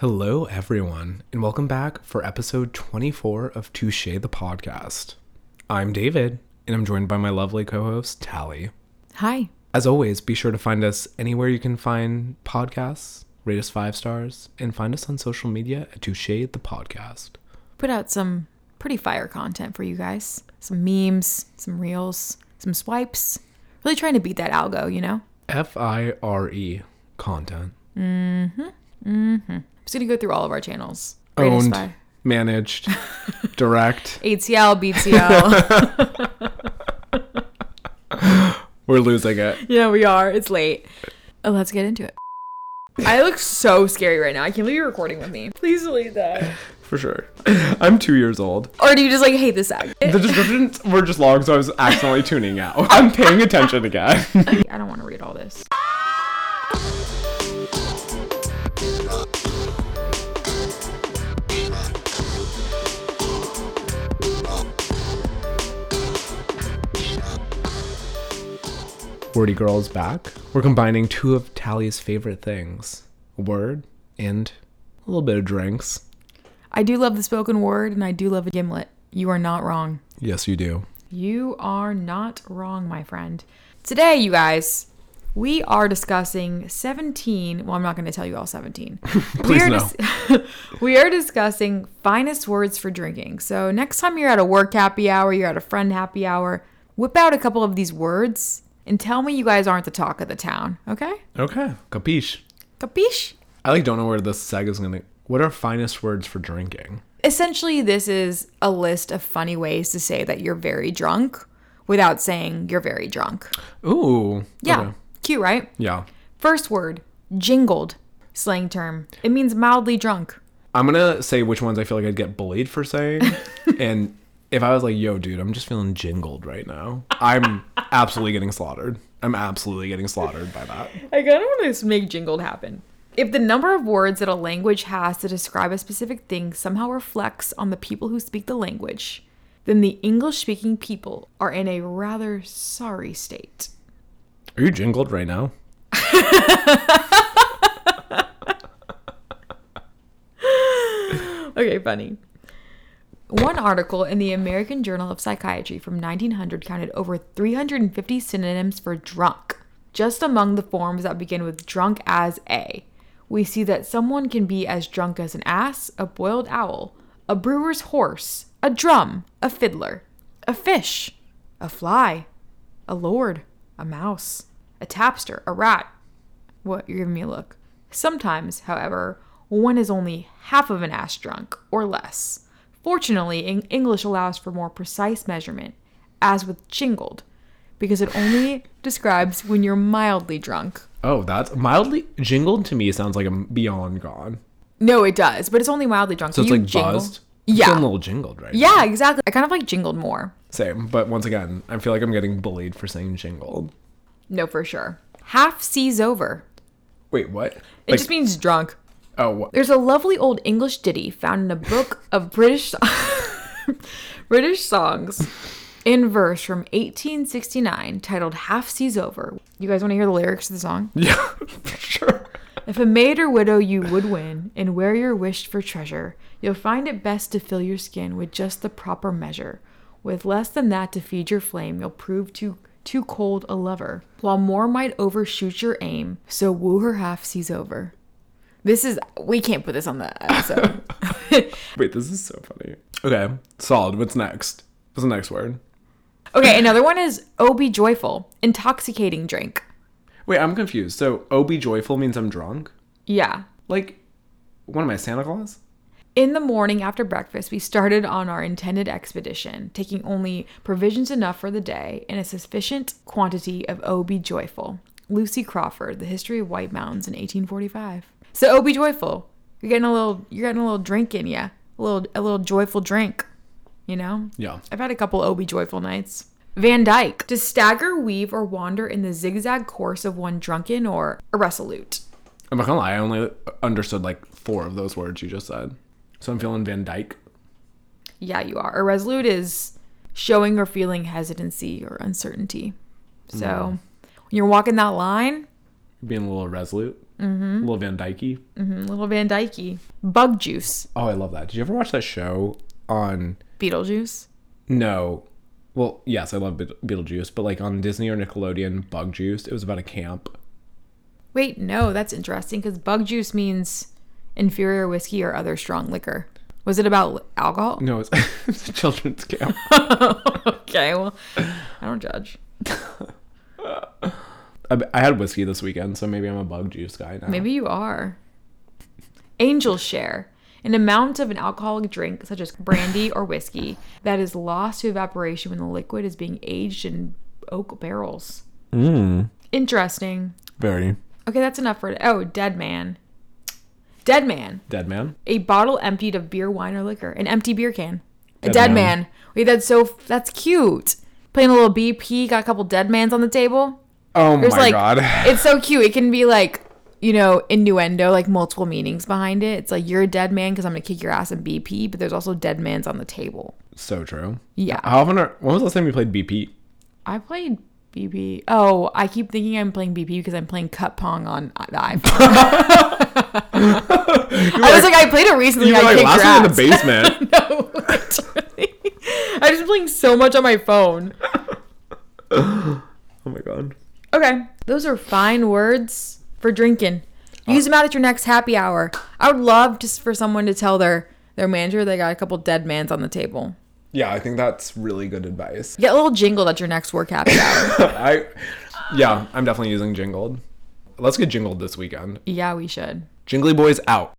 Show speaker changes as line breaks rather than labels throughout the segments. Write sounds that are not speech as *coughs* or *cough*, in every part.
Hello, everyone, and welcome back for episode 24 of Touche the Podcast. I'm David, and I'm joined by my lovely co host, Tally.
Hi.
As always, be sure to find us anywhere you can find podcasts, rate us five stars, and find us on social media at Touche the Podcast.
Put out some pretty fire content for you guys. Some memes, some reels, some swipes. Really trying to beat that algo, you know?
F I R E content.
I'm just gonna go through all of our channels. Rate us
Owned,
five. *laughs*
managed, direct.
ATL,
*laughs*
BTL.
We're losing it.
yeah, we are. It's late. Oh, let's get into it. I look so scary right now. I can't believe you're recording with me. Please delete that.
For sure. *laughs* I'm two years old.
Or do you just like hate this act?
The descriptions were just long, so I was accidentally tuning
*laughs*
out. I'm paying attention again.
I don't want to read all this.
Wordy Girl is back. We're combining two of Tally's favorite things word and a little bit of drinks.
I do love the spoken word and I do love a gimlet. You are not wrong.
Yes, you do.
You are not wrong, my friend. Today, you guys, we are discussing 17. Well, I'm not going to tell you
*laughs*
all 17. we,
Please
are
no.
*laughs* we are discussing finest words for drinking. So, next time you're at a work happy hour, you're at a friend happy hour, whip out a couple of these words and tell me you guys aren't the talk of the town, okay?
Okay, capiche.
Capiche?
I like don't know where this seg is gonna. What are finest words for drinking?
Essentially, this is a list of funny ways to say that you're very drunk without saying you're very drunk.
Ooh.
Yeah.
okay.
Cute, right?
Yeah.
First word, jingled, slang term. It means mildly drunk.
I'm gonna say which ones I feel like I'd get bullied for saying, and if I was like, "Yo, dude, I'm just feeling jingled right now," I'm absolutely getting slaughtered. I'm absolutely getting slaughtered by that.
I kind of want to make jingled happen. If the number of words that a language has to describe a specific thing somehow reflects on the people who speak the language, then the English speaking people are in a rather sorry state.
Are you jingled right now?
*laughs* Okay, funny. One article in the American Journal of Psychiatry from 1900 counted over 350 synonyms for drunk. Just among the forms that begin with drunk as a, we see that someone can be as drunk as an ass, a boiled owl, a brewer's horse, a drum, a fiddler, a fish, a fly, a lord, a mouse, a tapster, a rat, what you're giving me a look. Sometimes, however, one is only half of an ass drunk or less. Fortunately, in- English allows for more precise measurement, as with jingled, because it
*laughs*
only describes when you're mildly drunk.
Oh, that's mildly jingled to me sounds like I'm beyond gone.
No, it does, but it's only mildly drunk.
So it's
You
like
jingle-
buzzed. I'm
Yeah.
feeling a little jingled right now.
Yeah, exactly. I kind of like jingled more.
Same, but once again, I feel like I'm getting bullied for saying jingled.
No, for sure. Half seas over.
Wait, what?
It
Like,
just means drunk.
oh, what? *laughs*
There's a lovely old English ditty found in a book of British *laughs* British songs in verse from 1869 titled Half Seas Over. You guys want to hear the lyrics of the song?
yeah, for sure.
If a maid or widow you would win, and where you're wished for treasure, you'll find it best to fill your skin with just the proper measure. With less than that to feed your flame, you'll prove too too cold a lover. While more might overshoot your aim, so woo her half seas over. This is we can't put this on the episode.
Wait, this is so funny. Okay, solid. What's next? What's the next word?
okay, another one is oh be joyful, intoxicating drink.
Wait, I'm confused. So, oh, be joyful means I'm drunk?
Yeah,
Like, what am I, Santa Claus?
In the morning after breakfast, we started on our intended expedition, taking only provisions enough for the day and a sufficient quantity of O Be Joyful. Lucy Crawford, The History of White Mountains in 1845. So O Be Joyful, you're getting a little, you're getting a little drink in ya, a little, a little joyful drink, you know.
Yeah.
I've had a couple OB joyful nights. Van Dyke, to stagger, weave, or wander in the zigzag course of one drunken or irresolute.
I'm not gonna lie, I only understood like four of those words you just said. So I'm feeling Van Dyke.
Yeah, you are. Irresolute is showing or feeling hesitancy or uncertainty. So when you're walking that line,
Being a little resolute. Mm-hmm. Little Van Dyke.
Mhm, Little Van Dyke. Bug juice.
Oh, I love that. Did you ever watch that show on?
Beetlejuice.
No. Well, yes, I love Be- Beetlejuice, but like on Disney or Nickelodeon, Bug Juice. It was about a camp.
Wait, no, that's interesting because bug juice means inferior whiskey or other strong liquor. Was it about li- alcohol? *laughs*
No, *laughs* it's, it's a children's camp.
okay, well, I don't judge.
I, I had whiskey this weekend, so maybe I'm a Bug Juice guy now.
Maybe you are. Angel share an amount of an alcoholic drink, such
*laughs*
as brandy or whiskey, that is lost to evaporation when the liquid is being aged in oak barrels.
Hmm.
Interesting.
Very.
Okay, that's enough for Oh, dead man. Dead man.
Dead man.
A bottle emptied of beer, wine, or liquor. An empty beer can. A
Dead
dead man.
man.
Wait, that's so. That's cute. Playing a little BP. Got a couple dead mans on the table.
Oh
There's
my
like
god. *laughs*
it's so cute. It can be like you know innuendo, like multiple meanings behind it. It's like you're a dead man because I'm gonna kick your ass in BP, but there's also dead man's on the table.
So true.
Yeah,
Uh, How often are, when was the last time you played BP?
I played BP. Oh, I keep thinking I'm playing BP because I'm playing cup pong on uh, the
*laughs*
iPhone. *laughs* I was like, I played it recently.
You were
I
like
kicked your
last
ass.
time in the
*laughs*
basement.
no, literally. I've just been playing so much on my phone.
oh my god.
Okay. Those are fine words for drinking. Use them out at your next happy hour. I would love just for someone to tell their their manager they got a couple dead mans on the table.
Yeah, I think that's really good advice. *laughs*
Get a little jingled at your next work happy hour.
I Yeah, I'm definitely using jingled. Let's get jingled this weekend.
*coughs* yeah, we should.
Jingly boys out.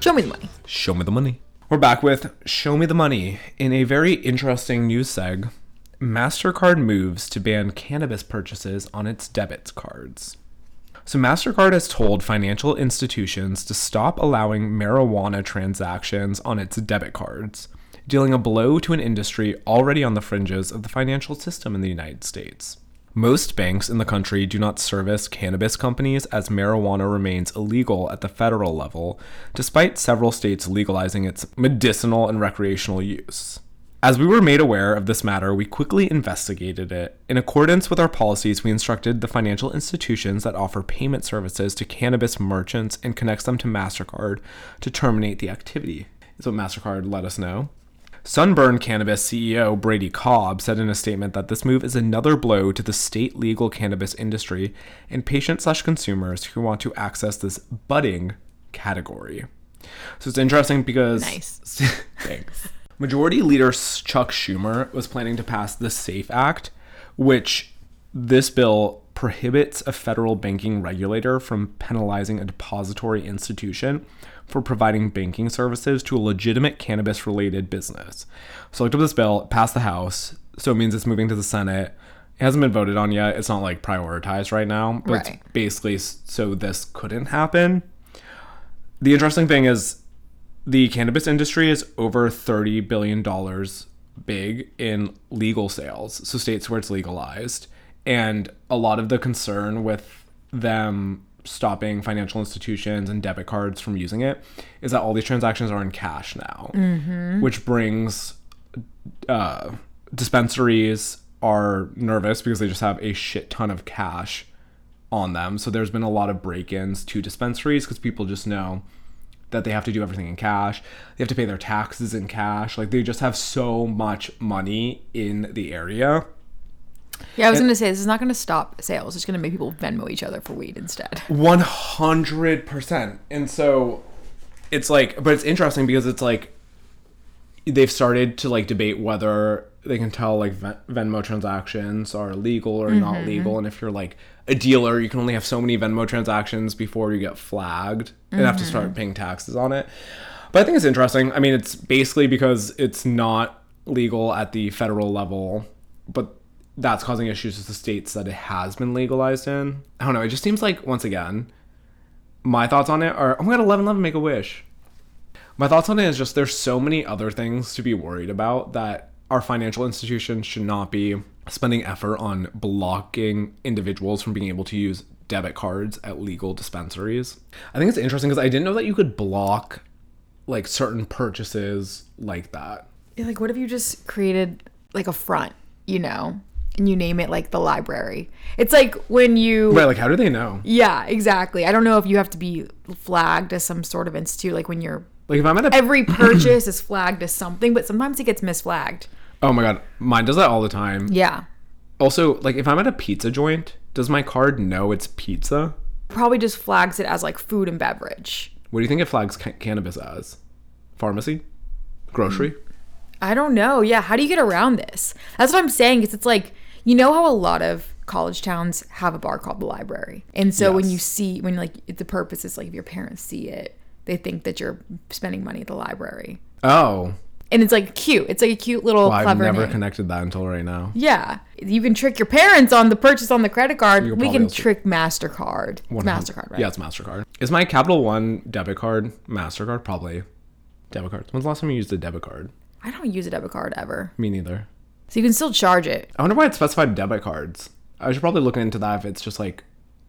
Show me the money.
Show me the money. We're back with Show Me the Money. In a very interesting news seg, MasterCard moves to ban cannabis purchases on its debit cards. So, MasterCard has told financial institutions to stop allowing marijuana transactions on its debit cards, dealing a blow to an industry already on the fringes of the financial system in the United States. Most banks in the country do not service cannabis companies as marijuana remains illegal at the federal level, despite several states legalizing its medicinal and recreational use. As we were made aware of this matter, we quickly investigated it. In accordance with our policies, we instructed the financial institutions that offer payment services to cannabis merchants and connects them to MasterCard to terminate the activity, is what MasterCard let us know. Sunburn Cannabis CEO Brady Cobb said in a statement that this move is another blow to the state legal cannabis industry and patients slash consumers who want to access this budding category. So it's interesting because
Nice.
*laughs* Thanks. Majority Leader Chuck Schumer was planning to pass the SAFE Act, which this bill prohibits a federal banking regulator from penalizing a depository institution for providing banking services to a legitimate cannabis related business. So I looked up this bill, it passed the House, so it means it's moving to the Senate. It hasn't been voted on yet. It's not like prioritized right now, but it's
Right.
basically s- so this couldn't happen. The interesting thing is the cannabis industry is over $30 billion big in legal sales, so states where it's legalized. And a lot of the concern with them stopping financial institutions and debit cards from using it is that all these transactions are in cash now, which brings uh, dispensaries are nervous because they just have a shit ton of cash on them. So there's been a lot of break-ins to dispensaries because people just know that they have to do everything in cash. They have to pay their taxes in cash. Like they just have so much money in the area.
Yeah, I was gonna say this is not gonna stop sales. It's gonna make people Venmo each other for weed *laughs* instead.
100%. And so it's like but it's interesting because it's like they've started to like debate whether they can tell like Ven- Venmo transactions are legal or not legal and if you're like a dealer you can only have so many Venmo transactions before you get flagged and have to start paying taxes on it. But I think it's interesting. I mean it's basically because it's not legal at the federal level but that's causing issues with the states that it has been legalized in. I don't know, it just seems like once again my thoughts on it are oh my god 11 11 make a wish my thoughts on it is just there's so many other things to be worried about that our financial institutions should not be spending effort on blocking individuals from being able to use debit cards at legal dispensaries i think it's interesting because i didn't know that you could block like certain purchases like that
Yeah, like what if you just created like a front, you know? and you name it like the library. It's like when you
Right, like how do they know?
Yeah, exactly. I don't know if you have to be flagged as some sort of institute like when you're
Like if I'm at a
every purchase is flagged as something, but sometimes it gets misflagged.
Oh my god, mine does that all the time.
Yeah.
Also, like if I'm at a pizza joint, does my card know it's pizza?
Probably just flags it as like food and beverage.
What do you think it flags ca- cannabis as? Pharmacy? Grocery?
I don't know. Yeah, how do you get around this? That's what I'm saying. Is it's like you know how a lot of college towns have a bar called the library, and so when
Yes.
you see when like the purpose is like if your parents see it, they think that you're spending money at the library,
Oh,
and it's like cute. It's like a cute little
I've
clever
never
name.
connected that until right now.
yeah, you can trick your parents on the purchase on the credit card. We
probably
can
also-
trick Mastercard. It's Mastercard, right?
Yeah, it's Mastercard. Is my Capital One debit card Mastercard? Probably. Debit cards. When's the last time you used a debit card?
I don't use a debit card ever,
Me neither.
so you can still charge it.
I wonder why it specified debit cards. I should probably look into that if it's just like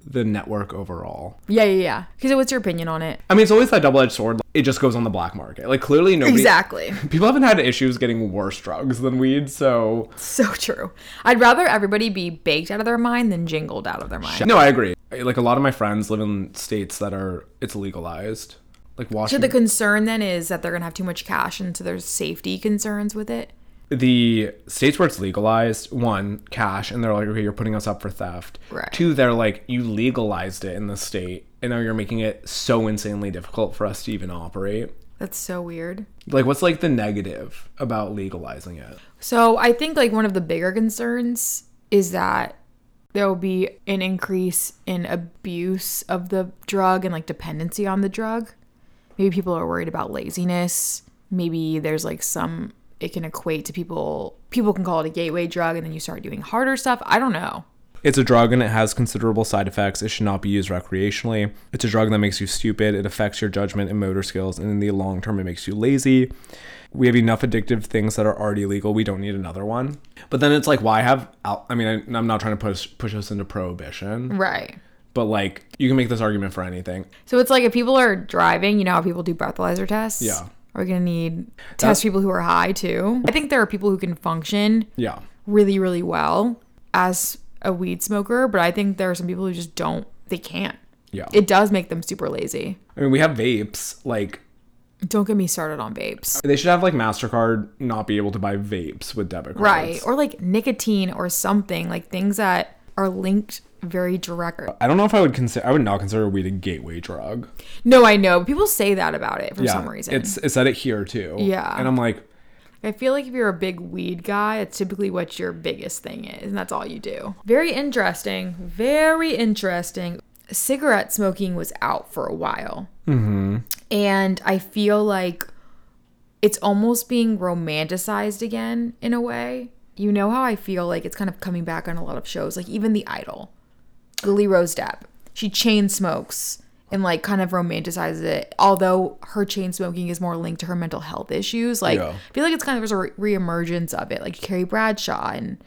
the network overall.
Yeah, yeah, yeah. Because what's your opinion on it?
I mean, it's always that double-edged sword. It just goes on the black market. Like clearly nobody.
Exactly. *laughs*
People haven't had issues getting worse drugs than weed, so
So true. I'd rather everybody be baked out of their mind than jingled out of their mind.
no, I agree. Like a lot of my friends live in states that are it's legalized. Like
So
Washington,
the concern then is that they're gonna have too much cash, and so there's safety concerns with it.
the states where it's legalized, one, cash, and they're like, okay, you're putting us up for theft.
Right.
Two, they're like, you legalized it in the state, and now you're making it so insanely difficult for us to even operate.
That's so weird.
Like, what's like the negative about legalizing it?
So I think like one of the bigger concerns is that there will be an increase in abuse of the drug and like dependency on the drug. Maybe people are worried about laziness. Maybe there's like some it can equate to people people can call it a gateway drug and then you start doing harder stuff. I don't know.
It's a drug and it has considerable side effects. It should not be used recreationally. It's a drug that makes you stupid. It affects your judgment and motor skills. And in the long term, it makes you lazy. We have enough addictive things that are already legal. We don't need another one. But then it's like, why have? al- I mean, I, I'm not trying to push push us into prohibition,
Right.
but like, you can make this argument for anything.
So it's like if people are driving, you know how people do breathalyzer tests?
Yeah.
We're gonna need
That's-
test people who are high too. I think there are people who can function
Yeah,
really, really well as a weed smoker, but I think there are some people who just don't they can't.
yeah.
It does make them super lazy.
I mean, we have vapes. Like,
Don't get me started on vapes.
they should have like Mastercard not be able to buy vapes with debit cards.
Right. Or like nicotine or something, like things that are linked very direct.
I don't know if I would consider. I would not consider weed a gateway drug.
No, I know. People say that about it for some reason.
It's it said it here too.
Yeah.
And I'm like,
I feel like if you're a big weed guy, it's typically what your biggest thing is, and that's all you do. Very interesting. Very interesting. Cigarette smoking was out for a while. And I feel like it's almost being romanticized again in a way. You know how I feel like it's kind of coming back on a lot of shows, like even The Idol, Lily Rose Depp. She chain smokes and like kind of romanticizes it, although her chain smoking is more linked to her mental health issues. Like
Yeah.
I feel like it's kind of there's a re- reemergence of it, like Carrie Bradshaw and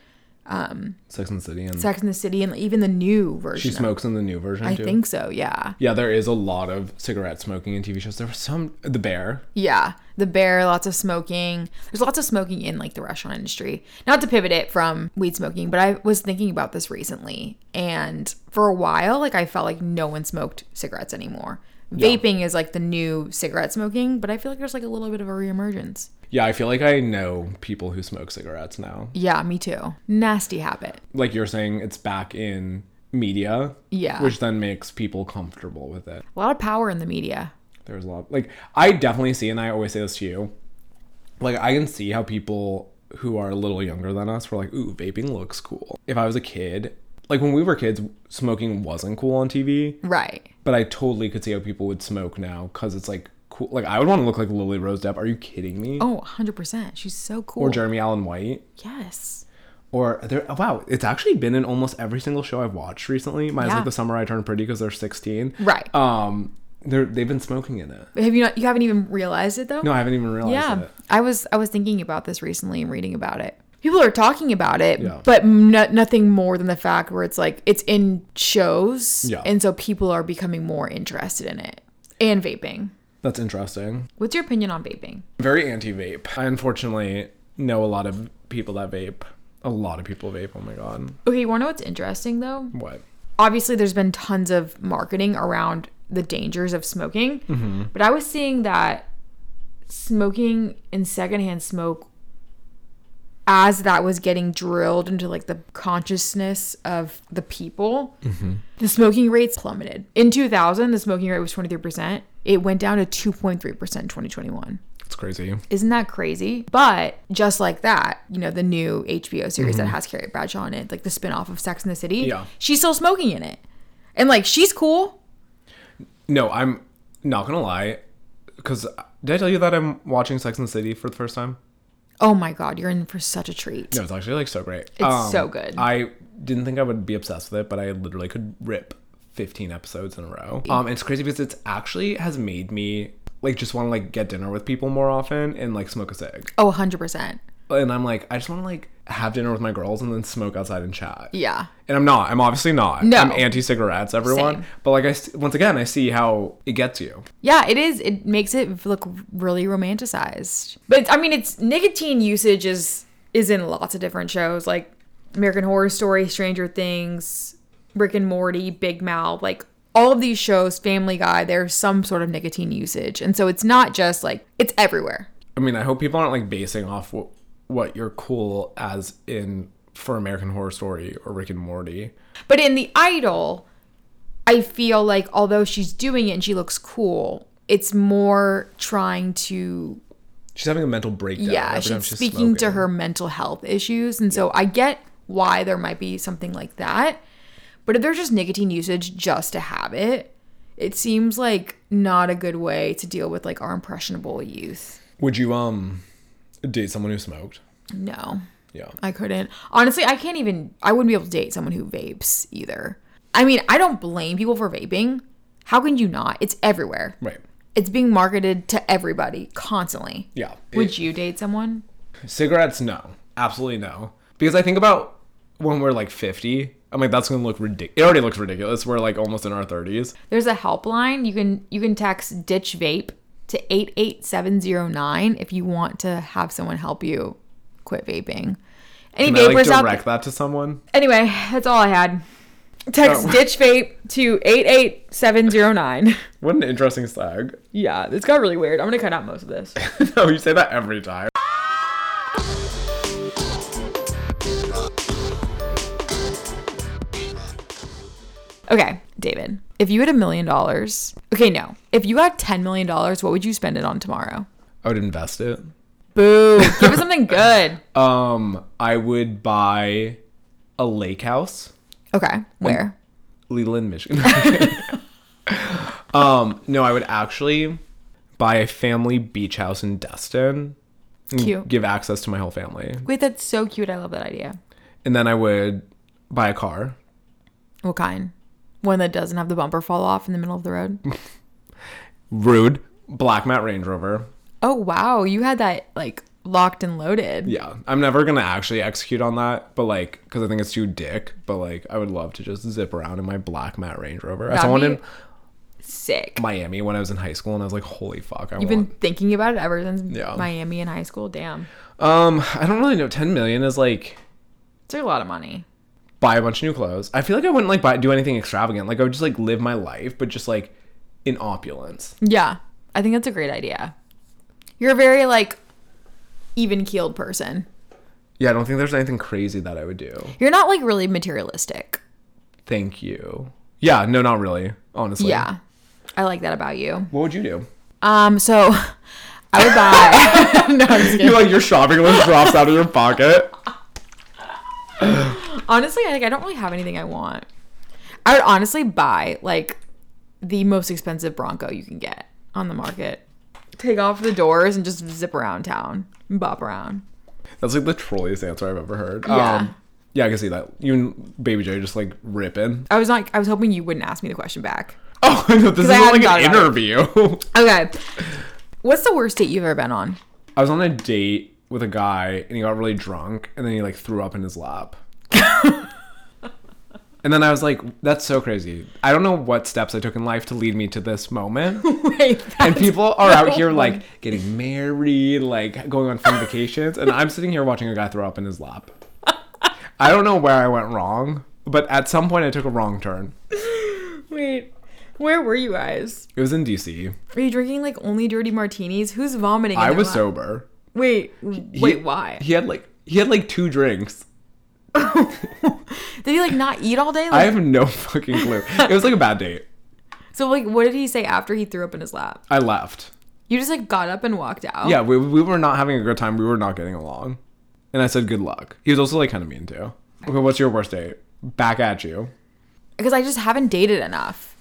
Sex and the City and
Sex in the City, and even the new
she
version.
smokes in the new version
I
too.
think so. Yeah,
yeah, there is a lot of cigarette smoking in TV shows. There was some The Bear.
yeah. The Bear, lots of smoking. There's lots of smoking in like the restaurant industry. Not to pivot it from weed smoking, but I was thinking about this recently, and for a while, like I felt like no one smoked cigarettes anymore. Vaping is like the new cigarette smoking, but I feel like there's like a little bit of a reemergence.
Yeah, I feel like I know people who smoke cigarettes now.
Yeah, me too. Nasty habit.
Like you're saying, it's back in media.
Yeah.
Which then makes people comfortable with it.
A lot of power in the media.
There's a lot like I definitely see, and I always say this to you. Like I can see how people who are a little younger than us were like, "Ooh, vaping looks cool." If I was a kid, like when we were kids, smoking wasn't cool on TV.
Right.
but I totally could see how people would smoke now because it's like cool. Like I would want to look like Lily Rose Depp. Are you kidding me?
Oh, 100%. She's so cool.
Or Jeremy Allen White.
yes.
Or there. oh, wow, it's actually been in almost every single show I've watched recently. Mine's
Yeah.
like the summer I turned pretty because they're sixteen.
Right.
Um, they're they've been smoking in it.
Have you not you haven't even realized it though?
No, I haven't even realized
yeah.
it.
I was I was thinking about this recently and reading about it. People are talking about it,
Yeah.
but no, nothing more than the fact where it's like it's in shows
Yeah.
and so people are becoming more interested in it. And vaping.
That's interesting.
What's your opinion on vaping?
Very anti-vape. I unfortunately know a lot of people that vape. A lot of people vape. Oh my god.
Okay, you wanna know what's interesting though?
What?
Obviously, there's been tons of marketing around the dangers of smoking, but I was seeing that smoking in secondhand smoke, as that was getting drilled into like the consciousness of the people, the smoking rates plummeted. In 2000, the smoking rate was 23%. It went down to 2.3% in 2021.
It's crazy.
Isn't that crazy? But just like that, you know, the new HBO series that has Carrie Bradshaw in it, like the spinoff of Sex in the City,
Yeah.
she's still smoking in it. And like she's cool.
No, I'm not gonna lie. Cause uh, did I tell you that I'm watching Sex and the City for the first time?
Oh my god, you're in for such a treat.
No, it's actually like so great. It's
so good.
I didn't think I would be obsessed with it, but I literally could rip 15 episodes in a row. Um, and it's crazy because it's actually has made me like just want to like get dinner with people more often and like smoke a cig.
Oh, 100%.
And I'm like, I just want to like have dinner with my girls and then smoke outside and chat.
Yeah.
And I'm not. I'm obviously not.
No.
I'm anti-cigarettes, everyone.
Same.
But like I s- once again, I see how it gets you.
Yeah, it is. It makes it look really romanticized. But it's- I mean, it's nicotine usage is is in lots of different shows like American Horror Story, Stranger Things, Rick and Morty, Big Mouth, like all of these shows, Family Guy, there's some sort of nicotine usage. And so it's not just like it's everywhere.
I mean, I hope people aren't like basing off what, what you're cool as in for American Horror Story or Rick and Morty.
But in The Idol, I feel like although she's doing it and she looks cool, it's more trying to
She's having a mental breakdown.
yeah,
every time
she's speaking to
smoking.
her mental health issues. And so I get why there might be something like that. But if there's just nicotine usage just to have it, it seems like not a good way to deal with like our impressionable youth.
Would you um date someone who smoked?
No,
Yeah.
I couldn't. Honestly, I can't even, I wouldn't be able to date someone who vapes either. I mean, I don't blame people for vaping. How can you not? It's everywhere.
Right.
It's being marketed to everybody constantly.
Yeah.
Would you date someone?
Cigarettes? No. Absolutely no. Because I think about when we're like 50, I'm like, that's going to look ridiculous. It already looks ridiculous. We're like almost in our 30s.
There's a helpline. You can you can text ditch vape to 88709 if you want to have someone help you quit vaping. Any
Can I like
vapors out
direct that to someone?
Anyway, that's all I had. Text
Oh.
ditch vape to 88709.
What an interesting slag.
*laughs* yeah, this got really weird. I'm going to cut out most of this.
*laughs* no, you say that every time.
Okay, David. If you had a million dollars, okay, no. If you had 10 million dollars, what would you spend it on tomorrow?
I would invest it.
Boo. Give
*laughs*
us something good.
Um, I would buy a lake house, Mm,
Okay, where?
Leland, Michigan. *laughs* um, no, I would actually buy a family beach house in Destin. and
Cute.
mm, Give access to my whole family,
Wait, that's so cute. I love that idea.
and then I would buy a car.
What kind? One that doesn't have the bumper fall off in the middle of the road. *laughs*
Rude black matte Range Rover.
oh wow, you had that like locked and loaded.
Yeah, I'm never gonna actually execute on that, but like, cause I think it's too dick. But like, I would love to just zip around in my black matte Range Rover. I
That'd
saw one
be-
in
Sick.
Miami when I was in high school, and I was like, holy fuck, I
You've
want.
been thinking about it ever since
Yeah.
Miami in high school. Damn,
Um, I don't really know. Ten million is like
it's a lot of money.
buy a bunch of new clothes. I feel like I wouldn't like buy do anything extravagant. Like I would just like live my life, but just like in opulence.
Yeah, I think that's a great idea. You're a very like even keeled person.
Yeah, I don't think there's anything crazy that I would do.
You're not like really materialistic.
Thank you. Yeah, no, not really. Honestly.
Yeah, I like that about you.
What would you do?
Um, so *laughs* I
*laughs*
would buy. *laughs* no, I'm just kidding.
You like your shopping
*laughs*
list drops out of your pocket.
honestly, I, like I don't really have anything I want. I would honestly buy like the most expensive Bronco you can get on the market. Take off the doors and just zip around town, and bop around.
That's like the trolliest answer I've ever heard.
Yeah.
Um yeah, I can see that. You and Baby J just like ripping.
I was not. I was hoping you wouldn't ask me the question back.
Oh, *laughs* no,
*laughs*
this is
I
not
hadn't
like an
thought about
interview. *laughs*
Okay. What's the worst date you've ever been on? *laughs*
I was on a date with a guy and he got really drunk and then he like threw up in his
*laughs*
lap. and then I was like, that's so crazy. I don't know what steps I took in life to lead me to this moment.
Wait,
And people are out
*laughs*
here like getting married, like going on fun vacations, and I'm sitting here watching a guy throw up in his lap. I don't know where I went wrong, but at some point I took a wrong turn.
Wait, where were you guys?
It was in DC.
Are you drinking like only dirty martinis? Who's vomiting? in
I
their
was
lap?
sober.
Wait,
He-
wait, why?
He had like he had like two
*laughs*
drinks.
Did he like not eat all day?
I
Like,
have no *laughs* fucking clue. It was like a bad date.
so like, what did he say after he threw up in his lap?
I left.
You just like got up and walked out.
Yeah, we, we were not having a good time. We were not getting along. And I said good luck. He was also like kind of mean too. Okay, what's your worst date? Back at you.
because I just haven't dated enough.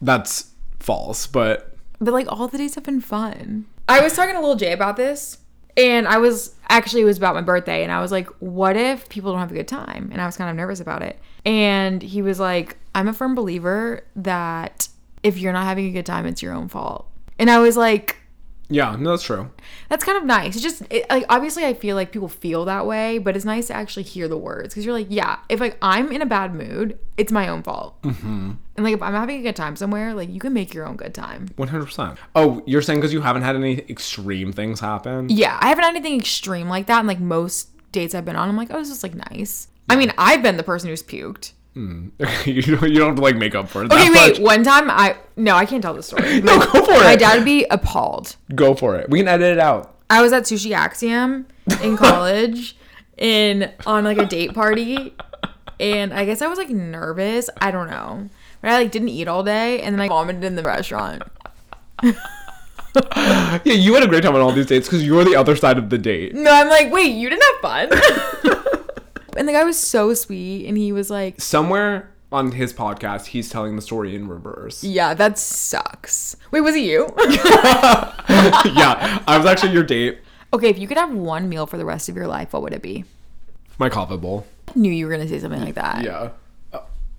That's false, but
But like all the dates have been fun. I was talking to Lil J about this, and I was actually it was about my birthday, and I was like, "What if people don't have a good time?" And I was kind of nervous about it. And he was like, "I'm a firm believer that if you're not having a good time, it's your own fault." And I was like,
yeah, no, that's true.
"That's kind of nice." It's just it, like obviously I feel like people feel that way, but it's nice to actually hear the words because you're like, "Yeah, if like I'm in a bad mood, it's my own fault." And like if I'm having a good time somewhere, like you can make your own good time.
100%. Oh, you're saying because you haven't had any extreme things happen?
Yeah, I haven't had anything extreme like that. And like most dates I've been on, I'm like, oh, this is like nice. I mean, I've been the person who's puked.
*laughs* you, don't, you don't have to like make up for it.
Okay,
that
wait.
much.
One time, I no, I can't tell the story.
*laughs* No, go for it.
My dad would be appalled.
Go for it. We can edit it out.
I was at Sushi Axiom
*laughs*
in college, in on like a date party, and I guess I was like nervous. I don't know, but I like didn't eat all day, and then I vomited in the restaurant.
Yeah, you had a great time on all these dates because you were the other side of the date.
No, I'm like, wait, you didn't have fun. *laughs* and the guy was so sweet, and he was like,
Somewhere on his podcast, he's telling the story in reverse.
Yeah, that sucks. Wait, was it you? *laughs*
*laughs* yeah, I was actually your date.
okay, if you could have one meal for the rest of your life, what would it be?
My coffee bowl.
I knew you were gonna say something like that.
Yeah.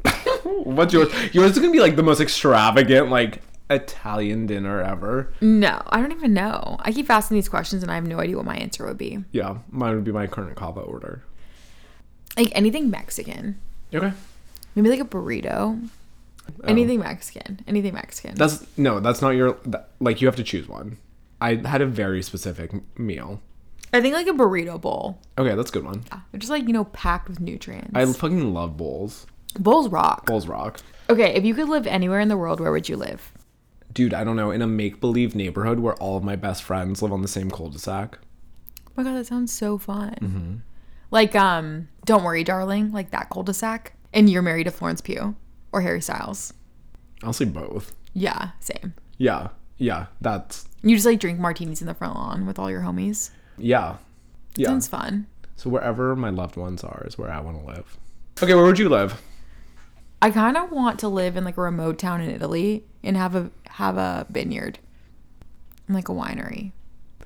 *laughs* What's yours? Yours is gonna be like the most extravagant, like Italian dinner ever.
No, I don't even know. I keep asking these questions and I have no idea what my answer would be.
Yeah, mine would be my current cava order.
Like anything Mexican.
Okay.
Maybe like a burrito. Anything Mexican. Anything Mexican.
Oh. That's no, that's not your. That, like you have to choose one. I had a very specific m- meal.
I think like a burrito bowl.
Okay, that's a good one.
Yeah, They're just like, you know, packed with nutrients.
I fucking love bowls.
Bowls rock.
Bowls rock.
Okay, if you could live anywhere in the world, where would you live?
Dude, I don't know, in a make believe neighborhood where all of my best friends live on the same cul de sac.
Oh my god, that sounds so fun.
Mm-hmm.
Like, um, don't worry, darling, like that cul-de-sac, and you're married to Florence Pugh or Harry Styles.
I'll say both.
Yeah, same.
Yeah, yeah, that's.
You just like drink martinis in the front lawn with all your homies.
Yeah. Yeah.
Sounds fun.
So wherever my loved ones are is where I want to live. Okay, where would you live?
I kind of want to live in like a remote town in Italy and have a have a vineyard, and, like a winery.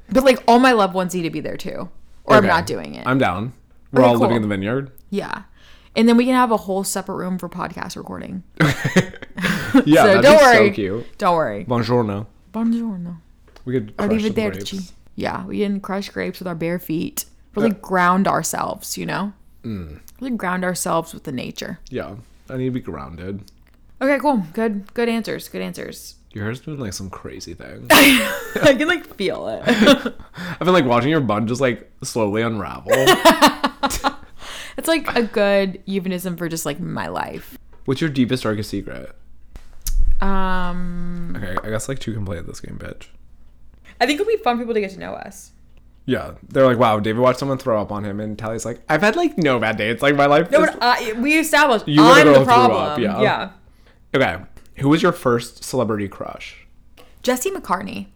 But like all my loved ones need to be there too, or I'm
Okay.
not doing it.
I'm down. We're
Okay,
all living
cool.
in the *laughs* vineyard.
yeah, and then we can have a whole separate room for podcast recording.
Yeah,
so
that'd
don't
be
worry.
so cute.
Don't worry.
Buongiorno.
Buongiorno.
We could crush the grapes.
Arrivederci. Yeah, we didn't crush grapes with our bare feet. But like ground ourselves, you know? Mm. Really ground ourselves with the nature.
Yeah, I need to be grounded.
Okay, cool. Good good answers. Good answers.
Your hair's doing like some crazy thing.
*laughs* I can like feel it. *laughs*
I've been like watching your bun just like slowly unravel.
It's like a good euphemism for just like my life.
What's your deepest, darkest secret?
Um
Okay, I guess like two can play at this game, bitch.
I think it'll be fun people to get to know us.
Yeah, they're like, wow, David watched someone throw up on him, and Tally's like, I've had like no bad days. Like my life.
No,
is-
but I, we established
You were the
I'm
girl
the
who threw
problem.
up, yeah.
yeah.
okay, who was your first celebrity crush?
Jesse McCartney.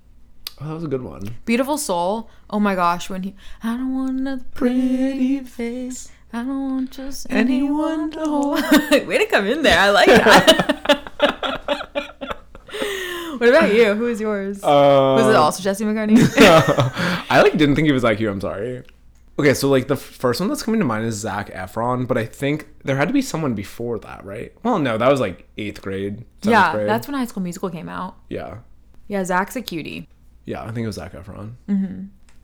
Oh, that was a good one.
Beautiful soul. Oh my gosh, when he I don't want another pretty face. I don't want just anyone to hold. Oh. *laughs* Way to come in there. I like that. what about you? Who is yours?
Uh,
was it also Jesse McCartney?
*laughs* I like didn't think he was like you. I'm sorry. Okay, so like the f- first one that's coming to mind is Zach Efron, but I think there had to be someone before that, right? Well, no, that was like eighth grade. seventh
yeah,
grade.
that's when High School Musical came out.
yeah,
Yeah, Zach's a cutie.
yeah. I think it was Zach Efron.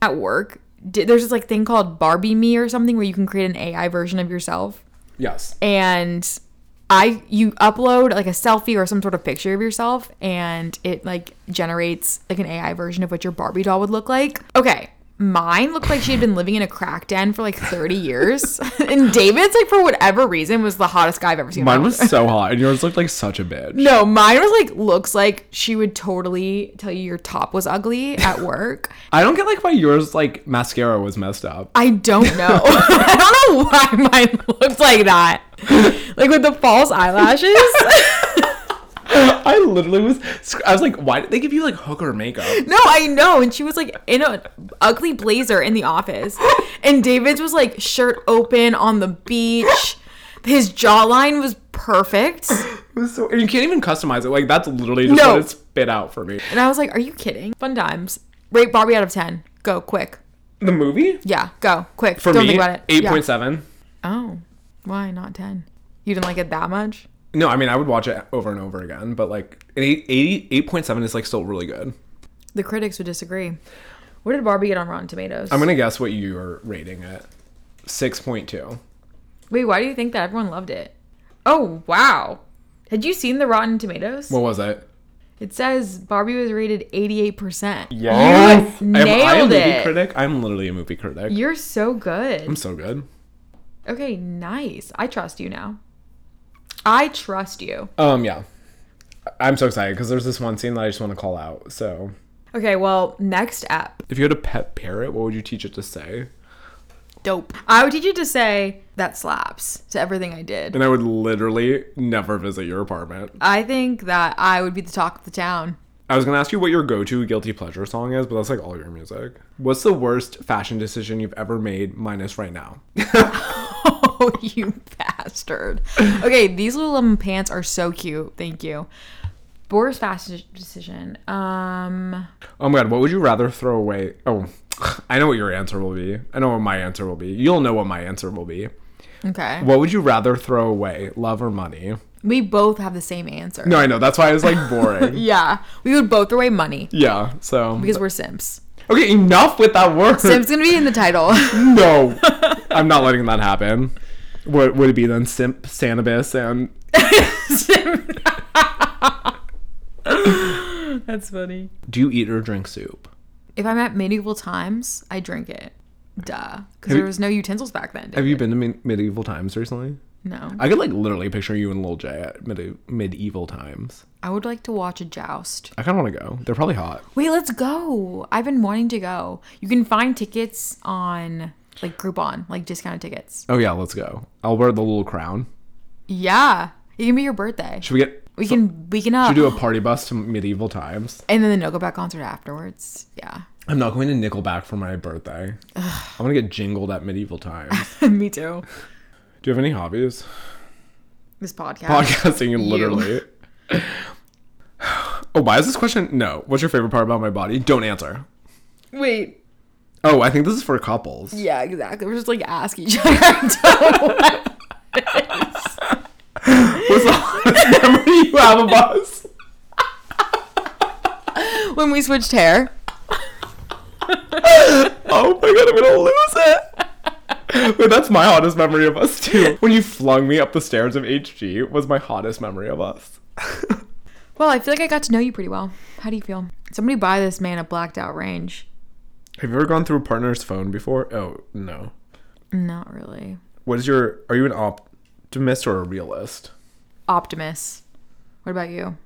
At work, di- there's this like thing called Barbie Me or something where you can create an AI version of yourself.
Yes.
and I you upload like a selfie or some sort of picture of yourself and it like generates like an AI version of what your Barbie doll would look like. Okay. Mine looked like she had been living in a crack den for like 30 years. *laughs* and David's, like, for whatever reason, was the hottest guy I've ever seen. in my
Mine was so hot, and yours looked like such a bitch.
*laughs* No, mine was like looks like she would totally tell you your top was ugly at work.
I don't get like why yours like mascara was messed up.
I don't know. *laughs* I don't know why mine *laughs* looked like that. Like with the false eyelashes.
*laughs*
*laughs*
I literally was. sc- I was like, why did they give you like hooker makeup?
no, I know. And she was like in an ugly blazer in the office. And David's was like shirt open on the beach. His jawline was perfect.
It was so, and you can't even customize it. Like that's literally just
No.
what it spit out for me.
And I was like, are you kidding? Fun times. Rate Barbie out of 10. Go, quick.
The movie
Yeah, go, quick.
for
don't
me,
think about it.
eight
Yeah.
point seven.
Oh, why not 10? You didn't like it that much?
No, I mean I would watch it over and over again, but like an eight- 80 8.7 is like still really good.
The critics would disagree. What did Barbie get on Rotten Tomatoes?
I'm gonna guess what you're rating it. Six point two.
Wait, why do you think that everyone loved it? Oh, wow. Had you seen the Rotten Tomatoes?
What was it?
it says Barbie was rated 88%.
Yes,
You
I'm a
nailed
movie
it.
critic. I'm literally a movie critic.
You're so good.
I'm so good.
Okay, nice. I trust you now. I trust you.
Um, yeah. I'm so excited because there's this one scene that I just want to call out. So,
Okay, well, next up.
if you had a pet parrot, what would you teach it to say?
Dope. I would teach you to say that slaps to everything I did.
And I would literally never visit your apartment.
I think that I would be the talk of the town. *laughs*
I was gonna ask you what your go-to guilty pleasure song is, but that's like all your music. What's the worst fashion decision you've ever made, minus right now?
Oh, you bastard. Okay, these little um, pants are so cute. Thank you. Boris fashion decision. Um,
*laughs* Oh my god, what would you rather throw away? Oh, *sighs* I know what your answer will be. I know what my answer will be. You'll know what my answer will be.
okay.
What would you rather throw away, love or money?
We both have the same answer.
No, I know. That's why I was like *laughs* boring.
Yeah, we would both throw away money
yeah. So
because we're simps.
okay, enough with that word.
Simps gonna be in the title.
*laughs*
*laughs*
No, *laughs* I'm not letting that happen. What would it be then? Simp, Sanibus, and
Simp. That's funny.
do you eat or drink soup?
If I'm at medieval times, I drink it. Duh, because
you-
there was no utensils back then.
Have you been to me- medieval times recently?
no,
I could like literally picture you and Lil J at medi- medieval times.
I would like to watch a joust.
I kind of want to go. They're probably hot.
Wait, let's go. I've been wanting to go. You can find tickets on like Groupon, like discounted tickets.
Oh yeah, let's go. I'll wear the little crown.
Yeah. It can be your birthday.
Should we get?
We can we can uh
Should we do a party bus to medieval times?
and then the No Go Back concert afterwards. Yeah. *laughs*
I'm not going to Nickelback for my birthday. I want to get jingled at medieval times.
Me too.
Do you have any hobbies? *laughs*
This podcast.
podcasting literally. oh, why is this question? No. What's your favorite part about my body? Don't answer.
Wait.
Oh, I think this is for couples.
Yeah, exactly. We're just like ask each *laughs* other. I
What's the hottest *laughs* memory you have of us?
don't- when we switched hair.
Oh my god, I'm gonna lose it. *laughs* Wait, that's my hottest memory of us *laughs* too. When you flung me up the stairs of HG was my hottest memory of us.
Well, I feel like I got to know you pretty well. How do you feel? Somebody buy this man a blacked out range.
Have you ever gone through a partner's phone before? Oh no.
Not really.
What is your? Are you an optimist or a realist?
Optimus. What about you?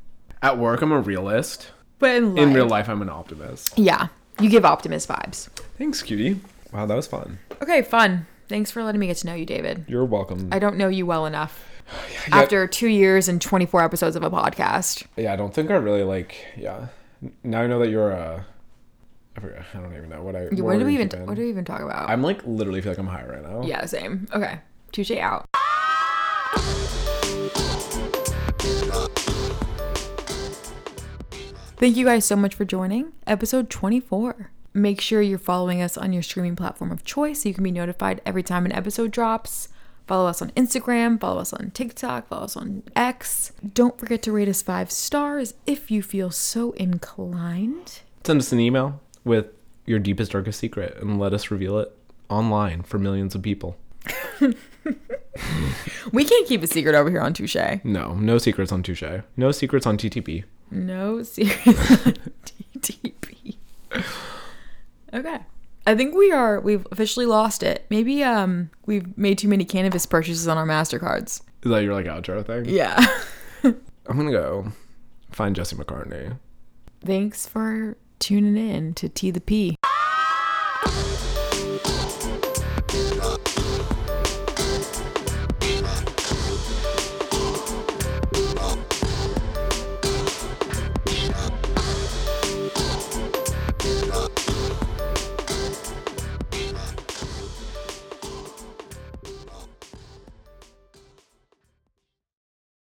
At work, I'm a realist.
But in,
In real life, I'm an optimist.
Yeah. You give Optimus vibes.
Thanks, cutie. Wow, that was fun.
Okay, fun. Thanks for letting me get to know you, David.
You're welcome.
I don't know you well enough.
Yeah.
After two years and 24 episodes of a podcast,
yeah, I don't think I really like. Yeah, N- now I know that you're a. I forget. I don't even know what I.
what do we even
keep in.
what do we even talk about?
I'm like literally feel like I'm high right now.
yeah, same. Okay, touche out. Thank you guys so much for joining episode 24. Make sure you're following us on your streaming platform of choice so you can be notified every time an episode drops. Follow us on Instagram, follow us on TikTok, follow us on X. Don't forget to rate us five stars if you feel so inclined.
Send us an email with your deepest darkest secret and let us reveal it online for millions of people.
We can't keep a secret over here on Touche.
No, no secrets on Touche. No secrets on TTP.
No secret on TTP. Okay. I think we are we've officially lost it. Maybe um we've made too many cannabis purchases on our Mastercards.
Is that your like outro thing?
*laughs* Yeah.
I'm gonna go find Jesse McCartney.
Thanks for tuning in to T the P.